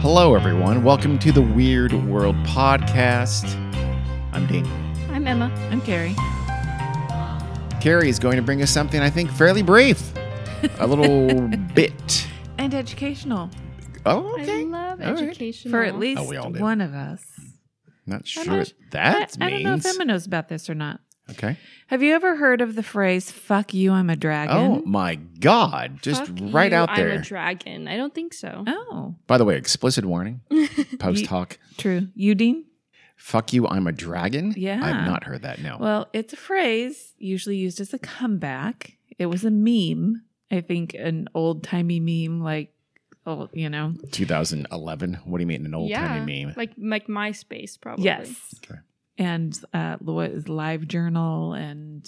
Hello, everyone. Welcome to the Weird World Podcast. I'm Daniel. I'm Emma. I'm Carrie. Carrie is going to bring us something I think fairly brief, a little bit. And educational Oh, okay. I love All right. education. for at least Oh, we all do. one of us. Not I'm sure not- what that I, I don't know if means. Emma knows about this or not. okay. Have you ever heard of the phrase "fuck you, I'm a Oh dragon"? my God! Just right out I'm a there. dragon. I don't think so. Oh, By the way, explicit warning. Post hoc. true. You, Dean? Fuck you. I'm a dragon. I've Yeah. not heard that. No. Well, it's a phrase usually used as a comeback. It was a meme, I think, an old timey meme, like, oh, you know, 2011. What do you mean an old timey meme? Like like MySpace probably. Yes. Okay. And uh, what is Live Journal and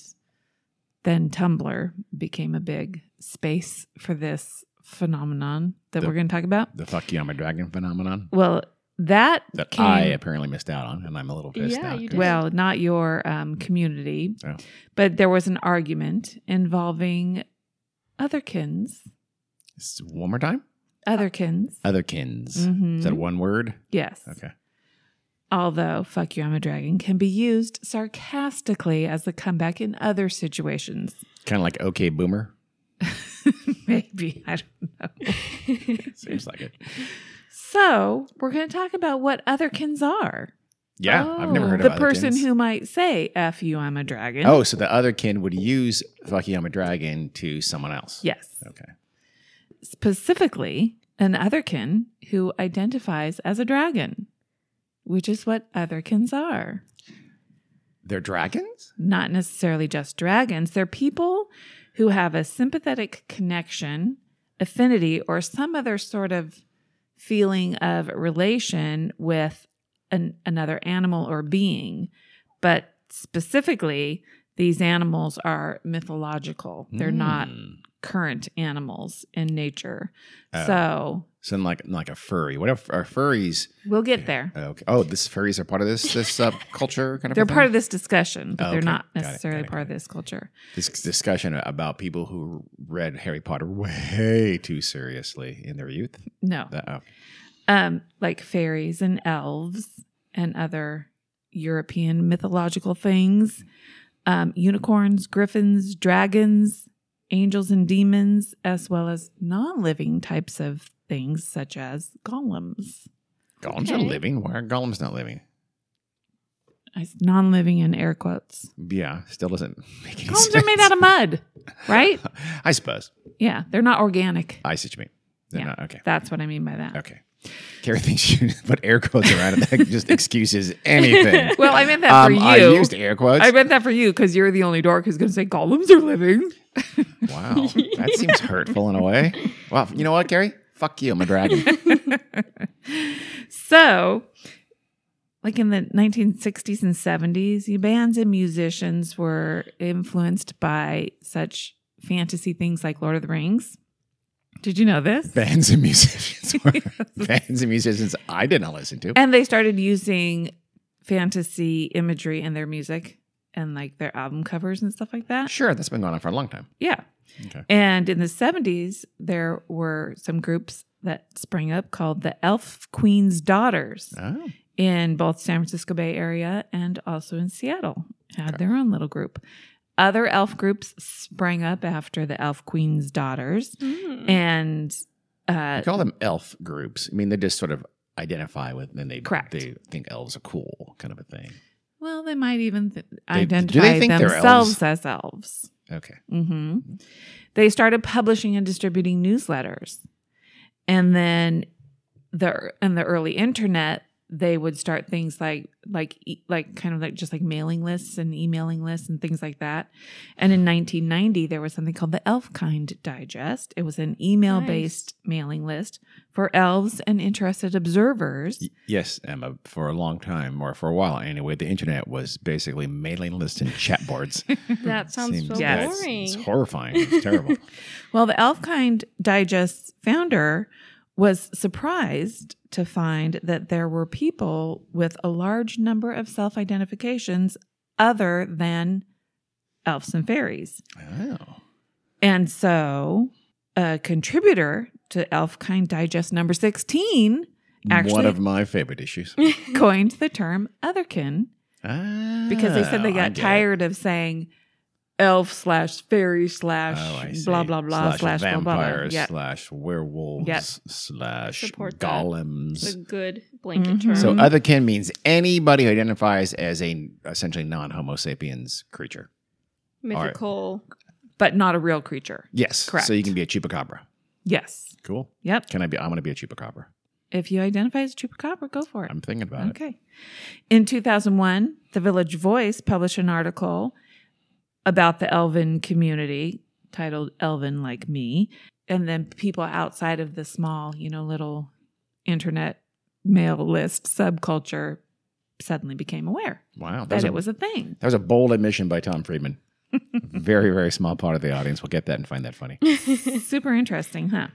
then Tumblr became a big space for this phenomenon that The- we're going to talk about. the fuck you. I'm a dragon phenomenon Well, that, that came, I apparently missed out on, and I'm a little pissed Yeah, out. you did. well, not your Mm-hmm. um, community, Oh. but there was an argument involving otherkins. S- One more time. Otherkins. Otherkins. Mhm. Uh, Is that one word? yes. Okay. Although "fuck you, I'm a dragon" can be used sarcastically as a comeback in other situations. Kind of like okay, boomer. Maybe I don't know. Seems like it. So we're going to talk about what otherkins are. Yeah, I've never Oh. heard The of person otherkins. who might say "f you, I'm a dragon." Oh, so the other kin would use "fuck you, I'm a dragon" to someone else. yes. Okay. Specifically, an otherkin who identifies as a dragon, which is what otherkins are. They're dragons. Not necessarily just dragons. They're people who have a sympathetic connection, affinity, or some other sort of feeling of relation with an, another animal or being. But specifically, these animals are mythological, they're not Mm. current animals in nature. Oh. So So like like a furry. What if are furries? we'll get there. Okay. Oh, this furries are part of this this uh, culture kind of. They're a thing? part of this discussion, but Oh, they're okay. not Got it, got necessarily it, part of got it. this culture. this discussion about people who read Harry Potter way too seriously in their youth. No. That- oh. um, like fairies and elves and other European mythological things, um, unicorns, griffins, dragons, angels, and demons, as well as non living types of things such as golems. Golems are Okay. living. Why are golems not living? Non living in air quotes. Yeah, still doesn't make any Golems sense. are made out of mud, right? I suppose. Yeah, they're not organic. I see what you mean. They're Yeah. not- okay. That's what I mean by that. Okay. Carrie thinks you put air quotes around it. That just excuses anything. Well, I meant that for Um, you. I used air quotes. I meant that for you because you're the only dork who's going to say golems are living. wow. That seems hurtful in a way. Wow. You know what, Carrie? Fuck you. I'm a dragon. so, like in the 1960s and 70s, you- bands and musicians were influenced by such fantasy things like Lord of the Rings. Did you know this? Bands and musicians. were- Bands and musicians I didn't listen to. And they started using fantasy imagery in their music and like their album covers and stuff like that. Sure, that's been going on for a long time. Yeah. Okay. And in the 70s, there were some groups that sprang up called the Elf Queen's Daughters. Oh. in both San Francisco Bay Area and also in Seattle had their own little group. Other elf groups sprang up after the Elf Queen's daughters, Hmm. Mm. and uh, I call them elf groups. I mean, they just sort of identify with, and they Correct. they think elves are cool, kind of a thing. well, they might even th- they identify think they're themselves as elves. Okay. hmm They started publishing and distributing newsletters, and then the in the early internet, they would start things like like e- like kind of like just like mailing lists and emailing lists and things like that. And in 1990, there was something called the Elfkind Digest. It was an email based mailing list for elves and interested observers. Y- Yes, Emma. For a long time, or for a while anyway, the internet was basically mailing lists and chat boards. that sounds Seems- so yeah, it's- boring. It's, horrifying. It's terrible. Well, the Elfkind Digest founder was surprised to find that there were people with a large number of self identifications other than elves and fairies. oh. And so, a contributor to Elfkind Digest number 16 one actually- of my favorite issues. coined the term otherkin because they said Ah, they I got get it. tired of saying elf slash fairy slash Oh, I blah see. blah blah slash, blah blah blah. vampires Yeah. slash werewolves Yep. slash Support that. It's golems. a good blanket Mhm. term. So Mhm. otherkin means anybody who identifies as a essentially non-homo sapiens creature. Mythical. But not a real creature. Yes. So you Correct. can be a chupacabra. Yes. Cool. Yep. Can I be? I want to be a chupacabra. If you identify as chupacabra, go for it. I'm thinking about it. okay. In 2001, the Village Voice published an article about the elven community titled Elven Like Me. And then people outside of the small, you know, little internet mail list subculture suddenly became aware Wow. That that was, a, it was a thing. that was a bold admission by Tom Friedman. very very small part of the audience will get that and find that funny. Super interesting, huh?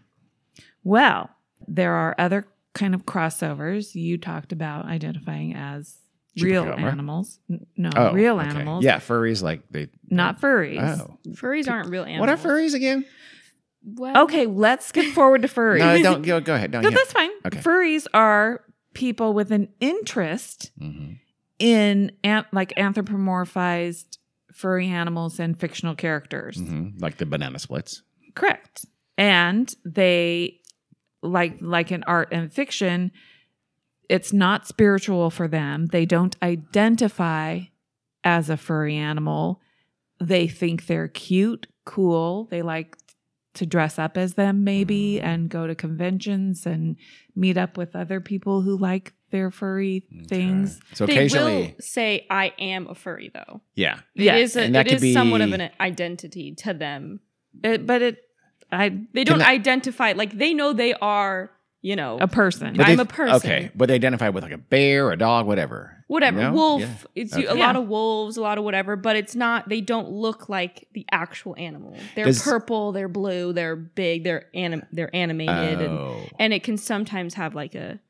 Well, there are other kind of crossovers. You talked about identifying as real Chupacabra. animals. N- No, Oh, real okay. animals. Yeah, furries like they. Not furries. Oh, Furries aren't real animals. what are furries again? Well, Okay, let's skip forward to furries. Oh. No, don't go. Go ahead. No, No, yeah. that's fine. Okay. Furries are people with an interest Mhm. in an- like anthropomorphized furry animals and fictional characters. Mhm. Like the banana splits. Correct. And they like like in art and fiction, it's not spiritual for them. They don't identify as a furry animal. They think they're cute, cool. They like to dress up as them maybe and go to conventions and meet up with other people who like their furry things. Okay. So they occasionally, will say, I am a furry, though. yeah. Yes. It is, a, And that it could is somewhat of be- an identity to them. It- but it I They Can don't I- identify, like, they know they are, you know, a person. But I'm they- a person. Okay, but they identify with like a bear, a dog, whatever. whatever No? wolf Yeah. it's Okay. a lot Yeah. of wolves a lot of whatever but it's not they don't look like the actual animal they're Does- purple they're blue they're big they're anim- they're animated and, Oh. and it can sometimes have like a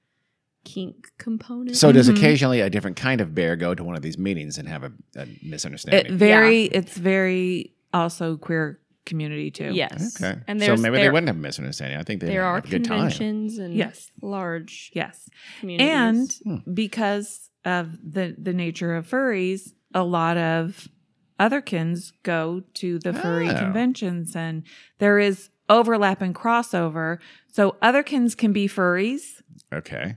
kink component so does Mhm. occasionally a different kind of bear go to one of these meetings and have a, a It misunderstanding? very it's very also queer community too. yes okay, and so there's maybe they there, wouldn't have a misunderstanding. I think they there have are a good time. conventions and Yes. large Yes. And communities Hmm. because of the the nature of furries, a lot of otherkins go to the furry Oh. conventions and there is overlap and crossover. So otherkins can be furries Okay.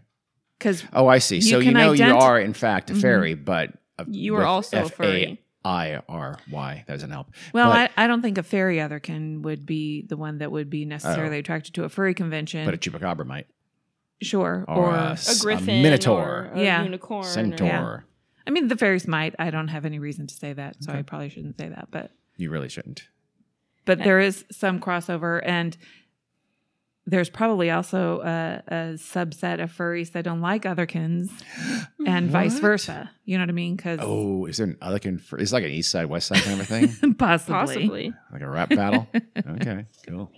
cuz Oh, I see. You so you can know you identi- are in fact a Mhm. fairy, but a, Mm-hmm. you are with also a furry F-A-I-R-Y. That doesn't help. well, But- Oh. I, I don't think a fairy otherkin would be the one that would be necessarily attracted to a furry convention. But a chupacabra might, sure. or, Or, a, I s- a a griffin minotaur, or a Yeah. unicorn or- centaur. mean the fairies might. I don't have any reason to say that, so Okay. I probably shouldn't say that, but You really shouldn't. but Yeah. there is some crossover and there's probably also a, a subset of furries that don't like otherkins Mhm. and vice What? versa you know what i mean because Oh, is there an other can? It's like an east side, west side kind of a thing, possibly. possibly like a rap battle. Okay, cool.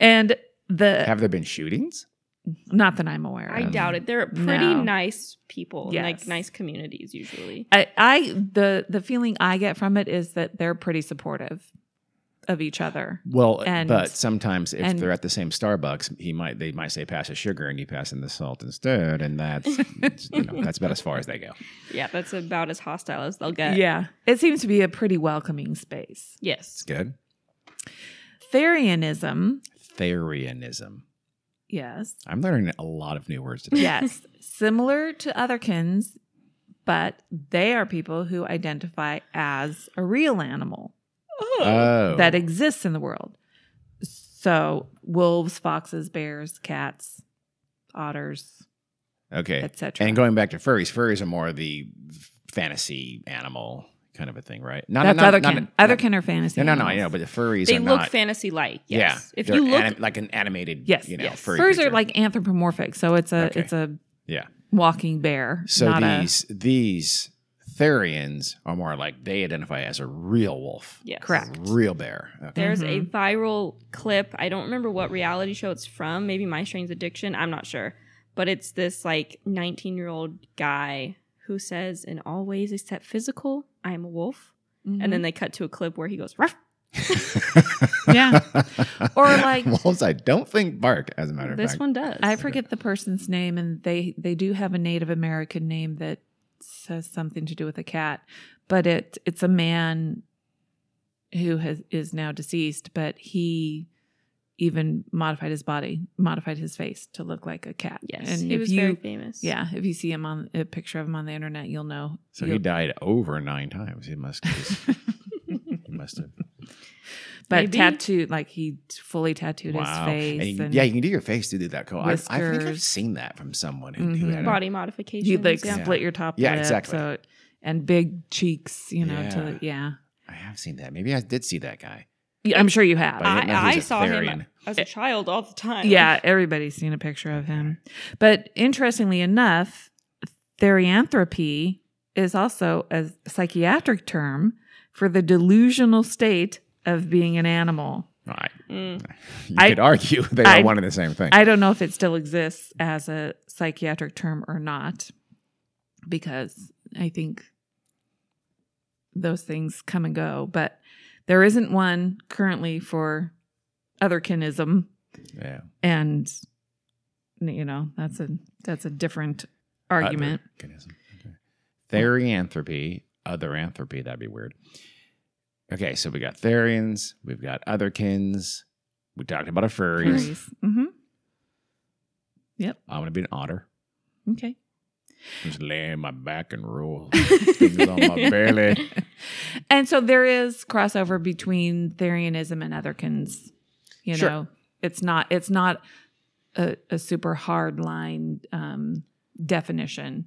and Uh, the Have there been shootings? not that i'm aware I of. doubt it. They're pretty No. nice people, like Yes. nice communities usually. I, I the the feeling i get from it is that they're pretty supportive of each other Well, And- but sometimes if and- they're at the same Starbucks, he might they might say pass the sugar and you pass in the salt instead, and that's you know, that's about as far as they go. Yeah, that's about as hostile as they'll get. yeah it seems to be a pretty welcoming space It's Yes. good. therianism Therianism. yes I'm learning a lot of new words today. yes, similar to otherkins, but they are people who identify as a real animal Oh. Oh, that exists in the world. So wolves, foxes, bears, cats, otters, okay. etc. And going back to furries, furries are more the fantasy animal kind of a thing, right? Not, that's not, otherkin. not- otherkin are fantasy. No, no, no. I animals. know, but the furries they are look not. fantasy like. Yes. Yeah, if they're you look anim- like an animated, yes, you know, yes. furry furs creature. are like anthropomorphic, so it's a Okay. it's a Yeah. walking bear. so not a- these these Therians are more like they identify as a real wolf, yes. Correct. Mm-hmm. real bear. Okay. There's a viral clip. I don't remember what reality show it's from. Maybe My Strange Addiction. I'm not sure. But it's this like 19 year old guy who Mm-hmm. says, in all ways except physical, I am a wolf. And then they cut to a clip where he goes, ruff, Yeah. Or like- wolves. I don't think bark. As a matter of This fact, one does. I forget the person's name, and they they do have a Native American name that says something to do with a cat, but it it's a man who has is now deceased, but he even modified his body, modified his face to look like a cat. Yes, and he if was you very famous. yeah, if you see him on a picture of him on the internet, you'll know. so he you'll- died over nine times. He must. He must have. but Maybe. tattooed like he fully tattooed his And face. you- and- yeah, you can do your face to do that cool. I, I think I've Whiskers. seen that from someone who, who Mhm. had a- Body modifications. you like yeah. split your top Yeah, lip, exactly. so it- and big cheeks you know Yeah. to yeah I have seen that. Maybe I did see that guy. Yeah, i'm sure you have But I didn't know he I, was I a saw him Therian. as a child all the time. yeah everybody's seen a picture of him but interestingly enough therianthropy is also a psychiatric term for the delusional state of being an animal All right. Mm. You I- could argue they I- are one and the same thing. I don't know if it still exists as a psychiatric term or not, because I think those things come and go. But there isn't one currently for other kinism, yeah. and you know that's a that's a different argument. Otherkinism. Okay. Therianthropy, other anthropy, that'd be weird. Okay, so we got Therians, we've got otherkins, we talked about a furries. hmm I'm gonna be an otter. Okay. Just lay on my back and roll. Things on my belly. And so there is crossover between Therianism and otherkins. You Sure. know, it's not it's not a, a super hard line um, definition.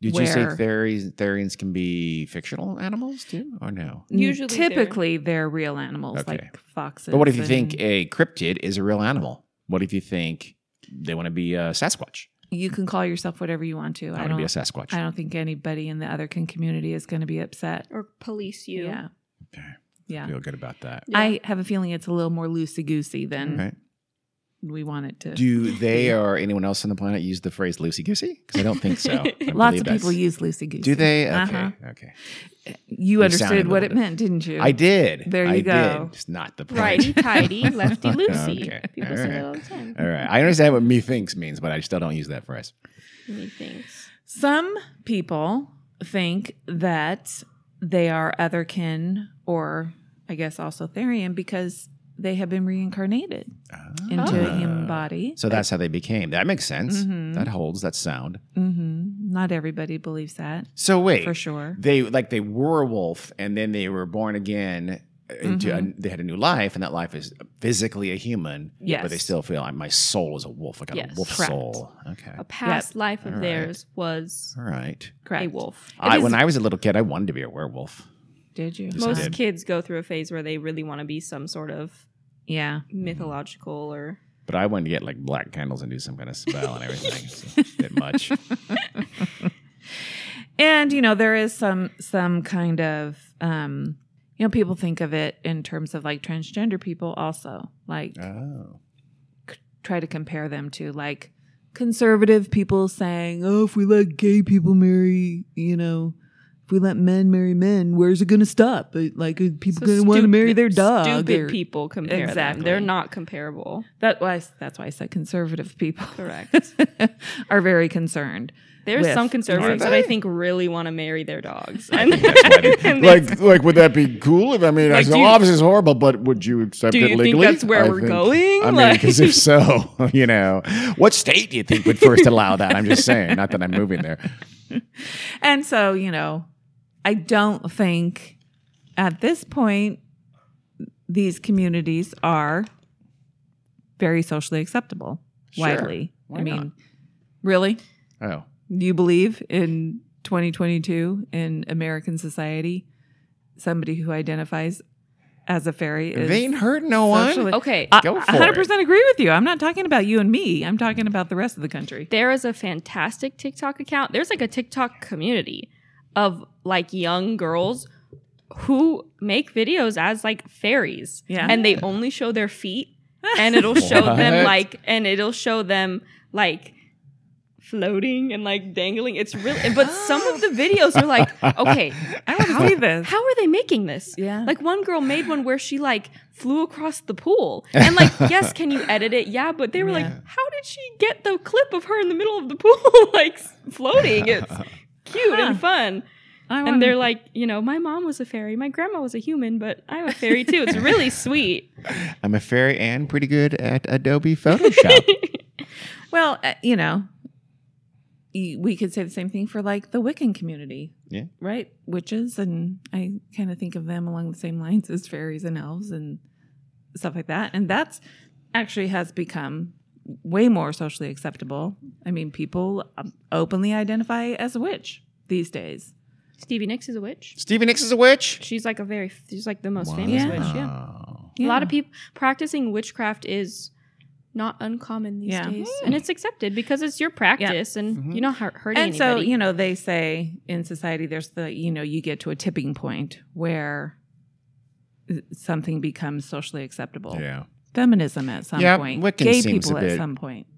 Did you say Where- Therians Therians can be fictional animals too? Or no? Usually they're- typically they're, real animals Okay. like foxes. But what if you think and- a cryptid is a real animal? What if you think they want to be a Sasquatch? you can call yourself whatever you want I to? I, want to don't. be a Sasquatch. I don't think anybody in the otherkin community is going to be upset. Or police you. Yeah, Okay, yeah. feel good about that. Yeah. I have a feeling it's a little more loosey goosey than Okay. we want it to. Do they or anyone else on the planet use the phrase loosey goosey? Because I don't think so. I don't Lots believe of that's- people use loosey goosey. Do they? Okay. Uh-huh. Okay. You You understood sounded what a it little meant, didn't you? I did. There you I go. Did. It's not the point. Righty tighty, lefty loosey. Okay. People All say right. that all the time. All right. I understand what me thinks means, but I still don't use that phrase. Many things. Some people think that they are otherkin or I guess also Therian because they have been reincarnated into a Ah. human body. So that's how they became. That makes sense. Mhm. That holds. That's sound. Mhm. not everybody believes that So wait. for sure. They like they were a wolf and then they were born again into Mhm. a, they had a new life and that life is physically a human. Yes. But they still feel like my soul is a wolf. I got a Yes. wolf Correct. soul. Okay. A past life of All right. theirs was All right. Correct. a wolf. I, is- when I was a little kid, I wanted to be a werewolf. Did you? Yes, I Most did. kids go through a phase where they really want to be some sort of Yeah. mythological or But I wanted to get like black candles and do some kind of spell and everything. So, bit much. And you know there is some some kind of um you know people think of it in terms of like transgender people also like Oh. try to compare them to like conservative people saying, "Oh, if we let gay people marry, you know, if we let men marry men, where's it going to stop? Uh, Like uh, people So going to want to stupid- marry their dog." Stupid or- people compare Exactly. them. They're not comparable. That why that's why I said conservative people Correct. are very concerned. There's With- some Are conservatives they? that I think really want to marry their dogs. I And- think that's what it- and they- like, like, would that be cool? If I mean, Like, I do know you- obviously it's horrible, but would you accept do it you legally? think that's where I we're think- going? I mean, Like- because if so, you know, what state do you think would first allow that? I'm just saying, not that I'm moving there. And so, you know, I don't think at this point these communities are very socially acceptable Sure. widely. Why I mean, not? really? Oh, Do you believe in 2022 in American society, somebody who identifies as a fairy is they ain't hurt no one. socially- okay. I- Go I for 100% agree with you. I'm not talking about you and me. I'm talking about the rest of the country. there is a fantastic TikTok account. There's like a TikTok community of like young girls who make videos as like fairies. Yeah. And they only show their feet and it'll show them What? like and it'll show them like f- floating and like dangling. It's really, but some of the videos are like, okay, I want to see this. how are they making this? yeah. Like one girl made one where she like flew across the pool. And like, yes, can you edit it? Yeah, but they were like, Yeah. how did she get the clip of her in the middle of the pool like s- floating? It's cute and Huh. fun. I And they're like, you know, my mom was a fairy, my grandma was a human, but I'm a fairy too. It's really sweet. I'm a fairy and pretty good at Adobe Photoshop. well, uh, you know, y- we could say the same thing for like the Wiccan community. Yeah. Right? Witches, and I kind of think of them along the same lines as fairies and elves and stuff like that. And that's actually has become way more socially acceptable. I mean, people um, openly identify as a witch these days. Stevie Nicks is a witch. Stevie Nicks is a witch. She's like a very, she's like the most famous Wow. witch. Yeah. Yeah. A lot of people practicing witchcraft is not uncommon these Yeah. Hmm. Mm-hmm. days, and it's accepted because it's your practice, and Mhm. you're not hurt- hurting and so anybody. you know they say in society there's the you know you get to a tipping point where uh, something becomes socially acceptable Yeah. feminism at some Yeah, point Wiccan gay seems a people bit- at some point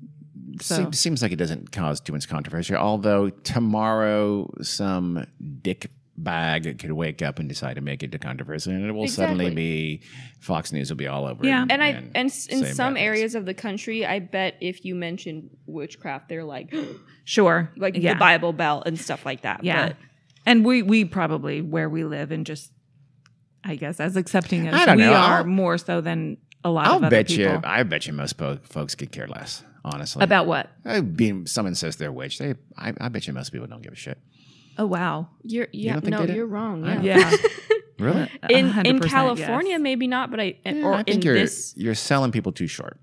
Se- So- seems like it doesn't cause too much controversy. Although tomorrow, some dick bag could wake up and decide to make it to controversy, and it will suddenly Exactly. be Fox News will be all over. Yeah. it, and I and s- in same some methods. areas of the country, I bet if you mention witchcraft, they're like sure like yeah the Bible Belt and stuff like that. yeah But and we we probably where we live and just i guess as accepting as I don't we know. are I'll- more so than a lot I'll of other bet people you, I bet you, most po- folks could care less. Honestly, about what I mean, someone says they're witch. They, I, I bet you, most people don't give a shit. oh wow you're yeah, don't think no, they do? you're wrong. I Yeah. don't yeah Really? In, in 100%, yes. California, maybe not, but I eh, Yeah, or I think in you're this. you're selling people too short.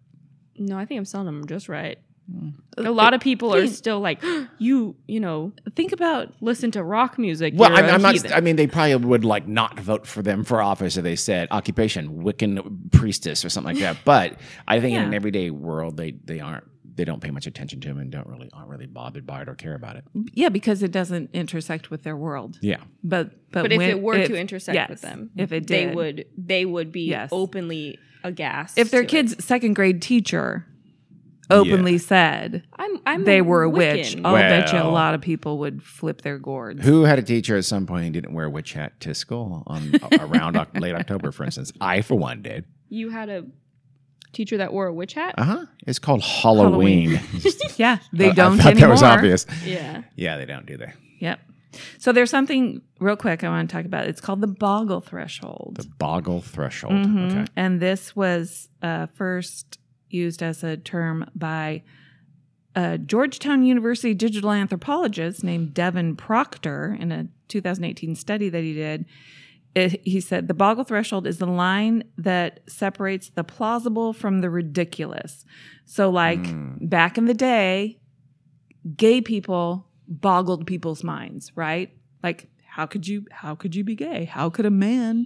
No, I think I'm selling them just right. A lot of people are Mm. think- still like, you, you know, think about listen to rock music. Well, you're I mean, a I'm not. heathen. I mean, they probably would like not vote for them for office if they said occupation Wiccan priestess or something like that. But I think in an Yeah. everyday world, they they aren't. They don't pay much attention to them and don't really aren't really bothered by it or care about it. yeah because it doesn't intersect with their world Yeah, But but, but, if when- it were to intersect yes, with them, if it did, they would they would be Yes. openly aghast. If their to it. kid's second grade teacher openly said I'm, I'm they were a witch, Wiccan. I'll bet you a Well. lot of people would flip their gourds. who had a teacher at some point who didn't wear a witch hat to school on around Oc- late October, for instance? I, for one, did. you had a teacher that wore a witch hat. Uh huh. It's called Halloween. Yeah, they I- I don't thought anymore. that was obvious. yeah, Yeah, they don't, do they? Yep. So there's something real quick I want to talk about. It's called the boggle threshold. The boggle threshold. Mhm. Okay. And this was uh, first used as a term by a Georgetown University digital anthropologist named Devin Proctor in a 2018 study that he did. It, he said the boggle threshold is the line that separates the plausible from the ridiculous. So, like Mm. back in the day, gay people boggled people's minds, right? Like, how could you? How could you be gay? How could a man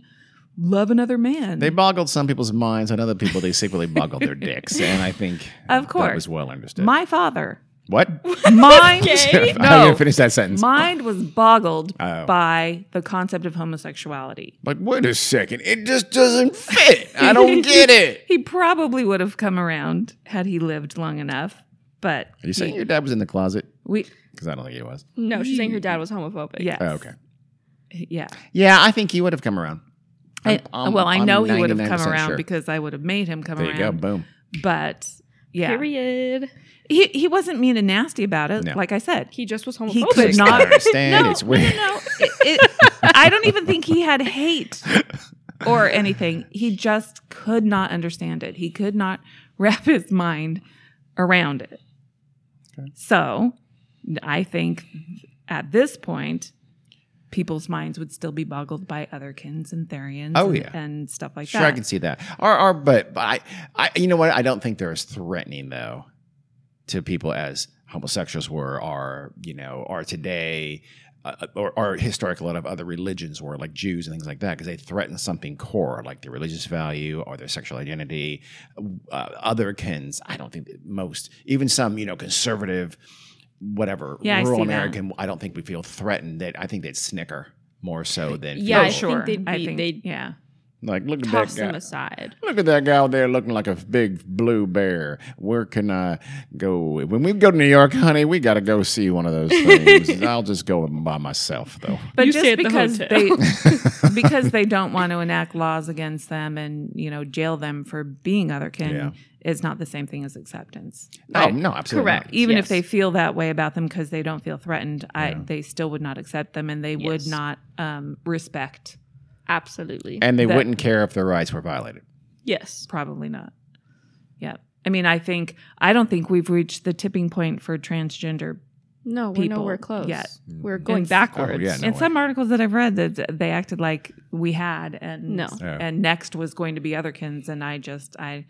love another man? They boggled some people's minds, and other people they secretly boggled their dicks. And I think Of that course. was well understood. My father, what? mine, Okay. I'm not no, gonna finish that sentence. mind was boggled Oh. by the concept of homosexuality. like, wait a second, it just doesn't fit. I don't get it. He probably would have come around had he lived long enough, but Are you saying your dad was in the closet? we, Because I don't think he was. no, she's saying her dad was homophobic. yes, Oh, okay. yeah. Yeah, I think he would have come around. I, I'm- well, I I'm know he would have come 99% around sure. because I would have made him come There you go. around. Boom. But yeah, Period. he he wasn't mean and nasty about it. No. Like I said, He just was homophobic. He could I not- don't understand. No, it's weird. No, no, it, it, I don't even think he had hate or anything. He just could not understand it. He could not wrap his mind around it. Okay. So, I think at this point, people's minds would still be boggled by otherkins and therians Oh, and, yeah. and stuff like sure, I that. can see that. Or, or but, but I, I, you know what? I don't think they're as threatening though to people as homosexuals were, are you know, are today, uh, or, or historically a lot of other religions were, like Jews and things like that, because they threaten something core, like their religious value or their sexual identity. Uh, other kins, I don't think that most, even some, you know, conservative, whatever, Yeah, I rural see that. American, I don't think we feel threatened. That I think they'd snicker more so than Yeah, I feel- think they'd be- they'd- yeah. Like, look at toss that guy. them aside. Look at that guy out there looking like a big blue bear. Where can I go? When we go to New York, honey, we got to go see one of those things. I'll just go by myself, though. But You just stay at the because they hotel. because they don't want to enact laws against them and you know jail them for being otherkin Yeah. is not the same thing as acceptance. No, I- no, absolutely. Correct. Correct. even if yes. they feel that way about them because they don't feel threatened, I Yeah. they still would not accept them and they would Yes. not um, respect. Absolutely. And they That- wouldn't care if their rights were violated. yes. Probably not. Yeah. I mean, I think I don't think we've reached the tipping point for transgender. No, we know people we're close. yet. We're going It's- backwards. Oh, yeah, no. In some articles that I've read, that they acted like we had, and No. Oh. and next was going to be otherkins, and I just I,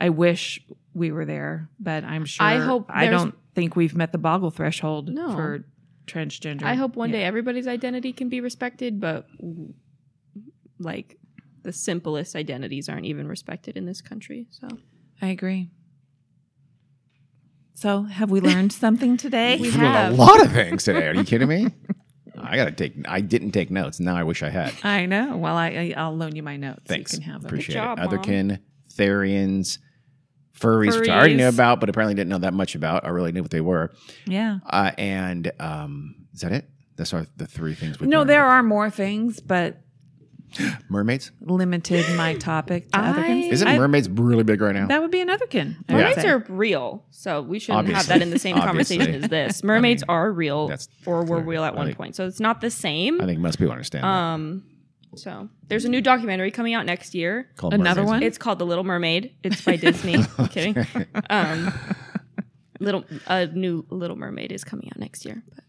I wish we were there, but I'm sure. I hope I there's- don't think we've met the boggle threshold No. for transgender. I hope one Yeah. day everybody's identity can be respected, but w- like the simplest identities aren't even respected in this country. So I agree. So, have we learned something today? We We learned have. a lot of things today. Are you kidding me? I gotta take. I didn't take notes. Now I wish I had. I know. Well, I, I I'll loan you my notes. Thanks. You can have them. Appreciate job, it. Mom. Otherkin, Therians, furries, which I already knew Furries. about, but apparently didn't know that much about. I really knew what they were. Yeah. Uh, and um, is that it? That's our the three things. we No, learned there about. are more things, but mermaids. limited my topic to I- otherkins. Isn't I- mermaids really big right now? that would be another kin. I would mermaids say. are real, so we shouldn't have Obviously. that in the same conversation Obviously. as this. Mermaids are real, that's or were clear. real at I one think- point, so it's not the same. I think most people understand. Uh, that. Um, so there's a new documentary coming out next year. Called another Mermaids. one? It's called The Little Mermaid. It's by Disney. I'm kidding. Um, little a new Little Mermaid is coming out next year. But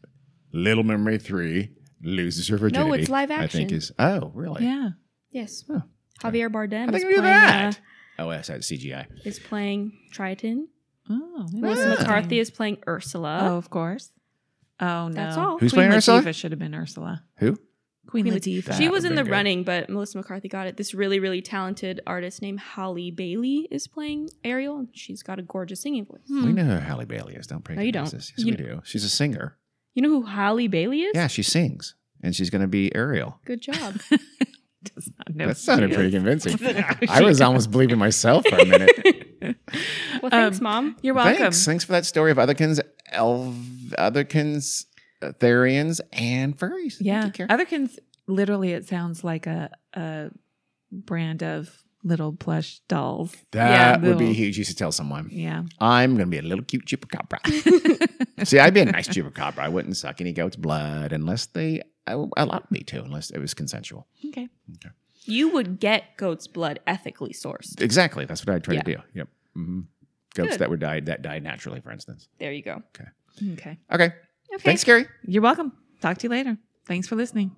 Little Mermaid Three loses her virginity. live I think action. is. Oh, really? yeah. yes, Huh. Javier Bardem I is think we do playing, that. uh, oh, that's that's CGI. is playing Triton. Ah. Oh, Melissa Yeah. McCarthy is playing Ursula. Oh, of course. Oh no. That's all. Who's Queen playing Latifah Ursula? should have been Ursula. Who? Queen, Queen Latifah. Latifah. She Oh, That was would've in the been good. running, but Melissa McCarthy got it. This really, really talented artist named Holly Bailey is playing Ariel, and she's got a gorgeous singing voice. Hmm. We know who Halle Bailey is. Don't pray. No, you don't. Yes, You- we do. She's a singer. You know who Holly Bailey is? Yeah, she sings, and she's going to be Ariel. Good job. Does not know that who sounded she pretty is. convincing. I She- was almost believing myself for a minute. well, thanks, Um, Mom. You're welcome. Thanks. Thanks for that story of Otherkins, Elf, Otherkins, uh, Therians, and furries. Yeah. Take care. Otherkins literally it sounds like a a brand of little plush dolls. That Yeah. would be Little- huge. You should tell someone. Yeah. I'm going to be a little cute chupacabra. See, I'd be a nice chupacabra. I wouldn't suck any goat's blood unless they I- allowed me to, unless it was consensual. Okay. You would get goat's blood ethically sourced. Exactly. That's what I try to Yeah. do. Yep. hmm Goats Good. that were died that died naturally, for instance. There you go. Okay. Okay. Okay. Thanks, Gary. You're welcome. Talk to you later. Thanks for listening.